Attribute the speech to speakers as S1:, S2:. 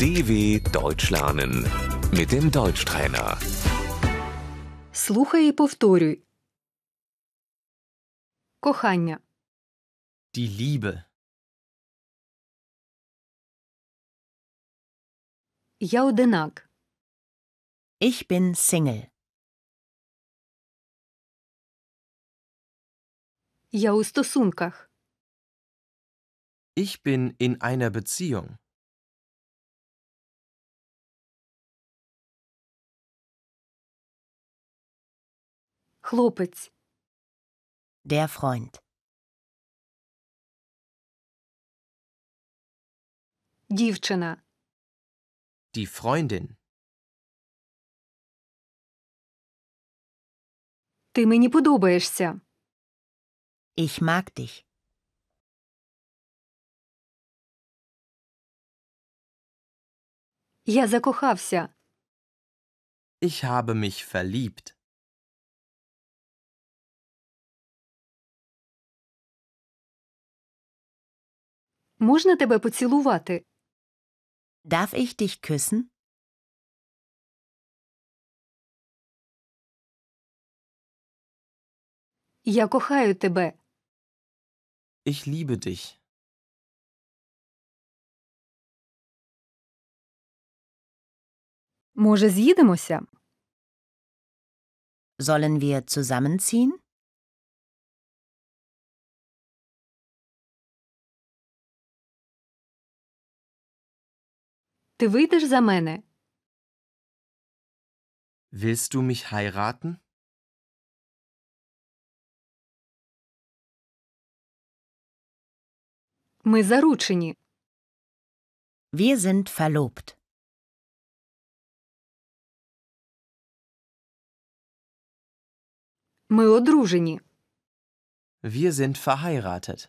S1: DW Deutsch lernen mit dem Deutschtrainer.
S2: Слухай і повторюй. Кохання,
S3: Die Liebe.
S2: я одинак,
S4: Ich bin Single.
S2: я у стосунках,
S3: Ich bin in einer Beziehung.
S2: хлопець,
S4: Der Freund.
S2: дівчина,
S3: Die Freundin.
S2: ти мені подобаєшся,
S4: Ich mag dich.
S2: я закохався,
S3: Ich habe mich verliebt.
S2: можна тебе поцілувати,
S4: Darf ich dich küssen?
S2: я кохаю тебе,
S3: Ich liebe dich.
S2: може з'їдемося?
S4: Sollen wir zusammenziehen?
S2: Ти вийдеш за мене,
S3: Willst du mich heiraten?
S2: ми заручені,
S4: Wir sind verlobt.
S2: ми одружені,
S3: Wir sind verheiratet.